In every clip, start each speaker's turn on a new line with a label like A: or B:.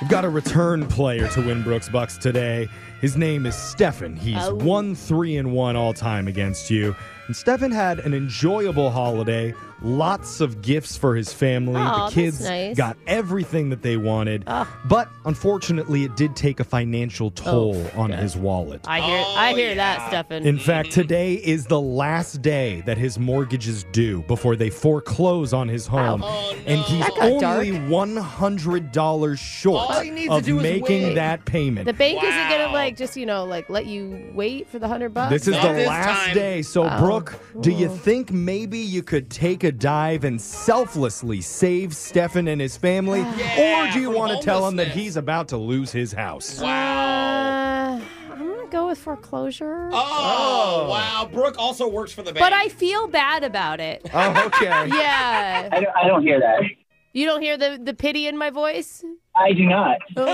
A: We've got a return player to win Brooks Bucks today. His name is Stefan. He's
B: Oh.
A: one three and one all time against you. And Stefan had an enjoyable holiday. Lots of gifts for his family.
B: Aw,
A: the
B: that's
A: kids
B: nice.
A: got everything that they wanted. But unfortunately, it did take a financial
B: Oh,
A: toll on his wallet.
B: I hear,
C: Oh,
B: I hear that, Stefan.
A: In fact, today is the last day that his mortgage is due before they foreclose on his home,
C: Oh,
A: and he's
B: got
A: only one hundred dollars short
C: All he needs to
A: of
C: do is
A: making
C: wait.
A: that payment.
B: the bank isn't gonna
C: Wow.
B: like just you know like let you wait for the hundred bucks.
A: this is
C: Not
A: the
C: this
A: last
C: time.
A: day. So,
B: Oh.
A: Brooke, do you
B: Ooh.
A: think maybe you could take a dive and selflessly save Stefan and his family?
C: Yeah,
A: or do you
C: from
A: want to tell him that
C: homelessness.
A: he's about to lose his house?
B: Uh, I'm gonna go with foreclosure.
C: Oh, wow. Brooke also works for the bank.
B: But I feel bad about it.
A: Oh, okay.
B: yeah.
D: I don't, I don't hear that.
B: You don't hear the, the pity in my voice?
D: I do not.
A: No.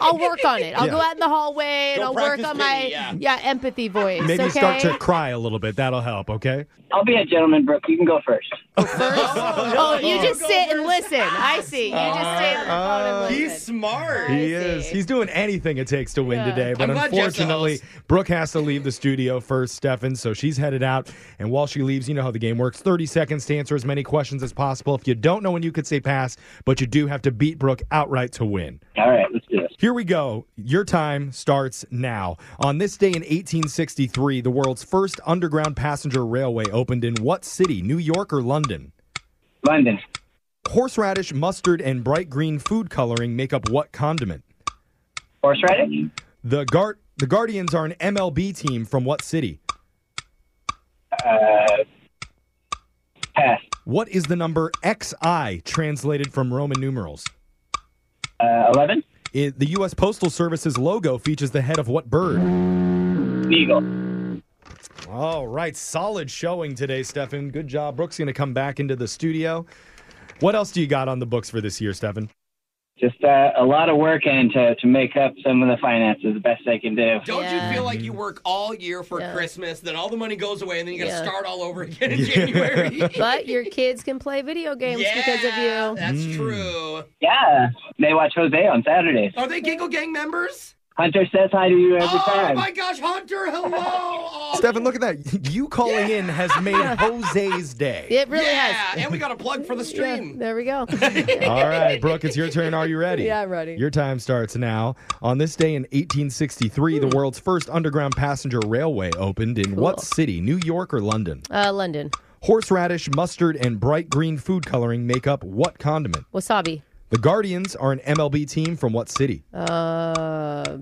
B: I'll work on it. I'll
A: Yeah.
B: go out in the hallway and
C: Go
B: I'll work
C: practice
B: on my
C: pity, yeah.
B: empathy voice.
A: Maybe
B: okay?
A: start to cry a little bit. That'll help, okay?
D: I'll be a gentleman, Brooke. You can go first.
B: Oh, you just sit and listen. I see. You just sit and
A: Uh,
C: He's smart.
A: He
B: I
A: is.
B: see.
A: He's doing anything it takes to win
B: Yeah.
A: today. But
C: I'm glad Jeff's the
A: unfortunately, Brooke has to leave the studio first, Stefan. So she's headed out. And while she leaves, you know how the game works 30 seconds to answer as many questions as possible. If you don't know when you could say pass, but you do have to beat Brooke outright to win.
D: All right, let's do it.
A: Here we go. Your time starts now. On this day in 1863, the world's first underground passenger railway opened in what city, New York or London?
D: London,
A: Horseradish, mustard, and bright green food coloring make up what condiment?
D: horseradish,
A: The guard the Guardians are an MLB team from what city?
D: Uh, pass,
A: What is the number XI translated from Roman numerals?
D: uh, eleven,
A: I- the U.S. Postal Service's logo features the head of what bird?
D: eagle.
A: All right, solid showing today, Stefan. Good job. Brooke's going to come back into the studio. What else do you got on the books for this year, Stefan?
D: Just uh, a lot of work and to to make up some of the finances the best I can do.
C: Don't
B: Yeah.
C: you feel like you work all year for
B: Yeah.
C: Christmas, then all the money goes away, and then you got to
B: Yeah.
C: start all over again in January?
B: But your kids can play video games
C: yeah,
B: because of you.
C: That's true.
D: Yeah, they watch Jose on Saturdays.
C: Are they Giggle Gang members?
D: Hunter says hi to you every
C: Oh
D: time.
C: my gosh, Hunter, hello. Oh,
A: Stefan, look at that. You calling in has made Jose's day.
B: It really
C: yeah,
B: has.
C: and we got a plug for the
B: Yeah,
C: stream.
B: there we go.
A: All right, Brooke, it's your turn. Are you ready?
B: Yeah, I'm ready.
A: Your time starts now. On this day in 1863,
B: Hmm.
A: the world's first underground passenger railway opened in what city, New York or London?
B: Uh, London.
A: Horseradish, mustard, and bright green food coloring make up what condiment?
B: Wasabi.
A: The Guardians are an MLB team from what city?
B: Uh,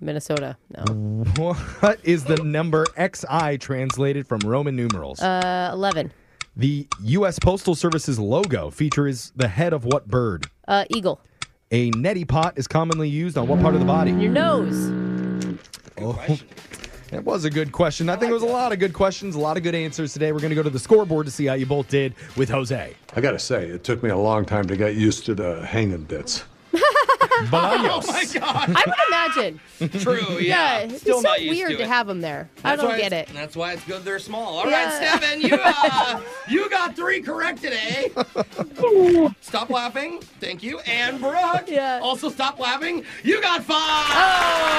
B: Minnesota. No.
A: What is the number XI translated from Roman numerals?
B: Uh, 11.
A: the U.S. Postal Service's logo features the head of what bird?
B: Uh, Eagle.
A: A neti pot is commonly used on what part of the body?
B: Your nose.
A: That was a good question. I think it was a lot of good questions, a lot of good answers today. We're going to go to the scoreboard to see how you both did with Jose.
E: I gotta say, it took me a long time to get used to the hanging bits.
A: Bolaños.
C: Oh my gosh.
B: I would imagine. Yeah.
C: True, yeah.
B: It's
C: Still
B: so
C: not used
B: weird
C: to,
B: to,
C: it.
B: have them there.
C: That's
B: I don't
C: why
B: get it.
C: it's- That's why it's good they're small. All right,
B: Yeah.
C: Stefan, you uh, you got three correct today. stop laughing. Thank you. And Brooke.
B: Yeah.
C: Also stop laughing. You got five.
B: Oh,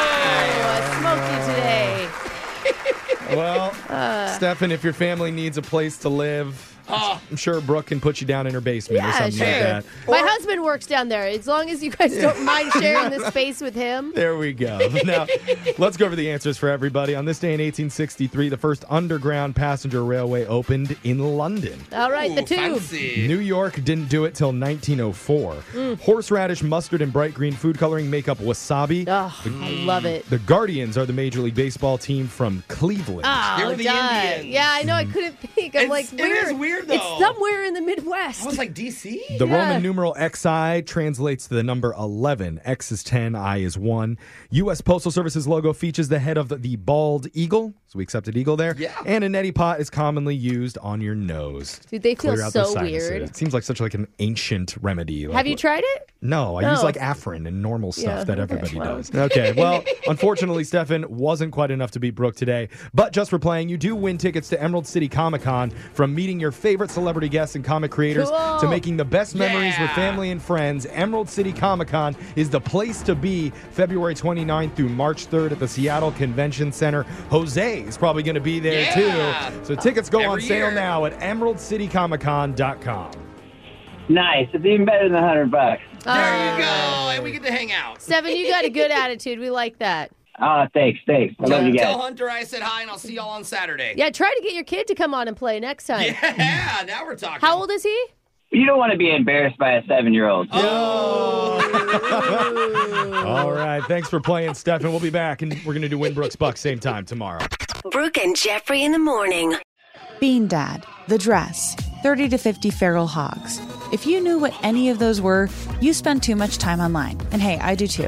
B: I smoked you today.
A: Well,
C: Uh.
A: Stefan, if your family needs a place to live,
C: Ah.
A: I'm sure Brooke can put you down in her basement or something like that.
B: My husband works down there. As long as you guys don't mind sharing the space with him.
A: There we go. Now, let's go over the answers for everybody. On this day in 1863, the first underground passenger railway opened in London.
B: All right, the
C: Ooh,
B: tube.
C: fancy.
A: New York didn't do it till 1904.
B: Mm.
A: Horseradish, mustard, and bright green food coloring make up wasabi.
B: Oh, I love it.
A: The Guardians are the Major League Baseball team from Cleveland.
B: Oh,
C: They're the
B: duh.
C: Indians.
B: Yeah, I know. I couldn't think. I'm
C: It's-
B: like,
C: it
B: where?
C: is weird,
B: It's
C: though.
B: somewhere in the Midwest.
C: I was like DC.
A: The
B: Yeah.
A: Roman numeral XI translates to the number 11. X is 10, I is 1. U.S. Postal Service's logo features the head of the, the bald eagle. So we accepted eagle there.
C: Yeah.
A: And a neti pot is commonly used on your nose.
B: Dude, they feel
A: Clear out the
B: so
A: sinuses.
B: weird.
A: It seems like such like an ancient remedy. Like,
B: Have you tried it?
A: No, I
B: No.
A: use like Afrin and normal stuff
B: Yeah,
A: that
B: okay.
A: everybody does. Okay, well, unfortunately, Stefan wasn't quite enough to beat Brooke today. But just for playing, you do win tickets to Emerald City Comic Con from meeting your favorite celebrity guests and comic creators
B: Cool.
A: to making the best memories with
C: Yeah.
A: family and friends. Emerald City Comic Con is the place to be February 29th through March 3rd at the Seattle Convention Center. Jose is probably going to be there
C: Yeah.
A: too. So tickets go
C: Every
A: on sale
C: year.
A: now at emeraldcitycomiccon.com.
D: Nice. It's even better than a hundred bucks.
C: There you go.
B: Oh.
C: And we get to hang out.
B: Seven, you got a good attitude. We like that.
D: Oh, thanks, thanks. I love you
C: Tell
D: guys.
C: Hunter I said hi and I'll see y'all on Saturday.
B: Yeah, try to get your kid to come on and play next time.
C: Yeah, now we're talking.
B: How old is he?
D: You don't want to be embarrassed by a seven-year-old.
A: All right. Thanks for playing, Stefan. We'll be back, and we're going to do Winbrook's Buck same time tomorrow.
F: Brooke and Jeffrey in the morning.
G: Bean Dad, The Dress, 30 to 50 Feral Hogs. If you knew what any of those were, you spend too much time online. And hey, I do too.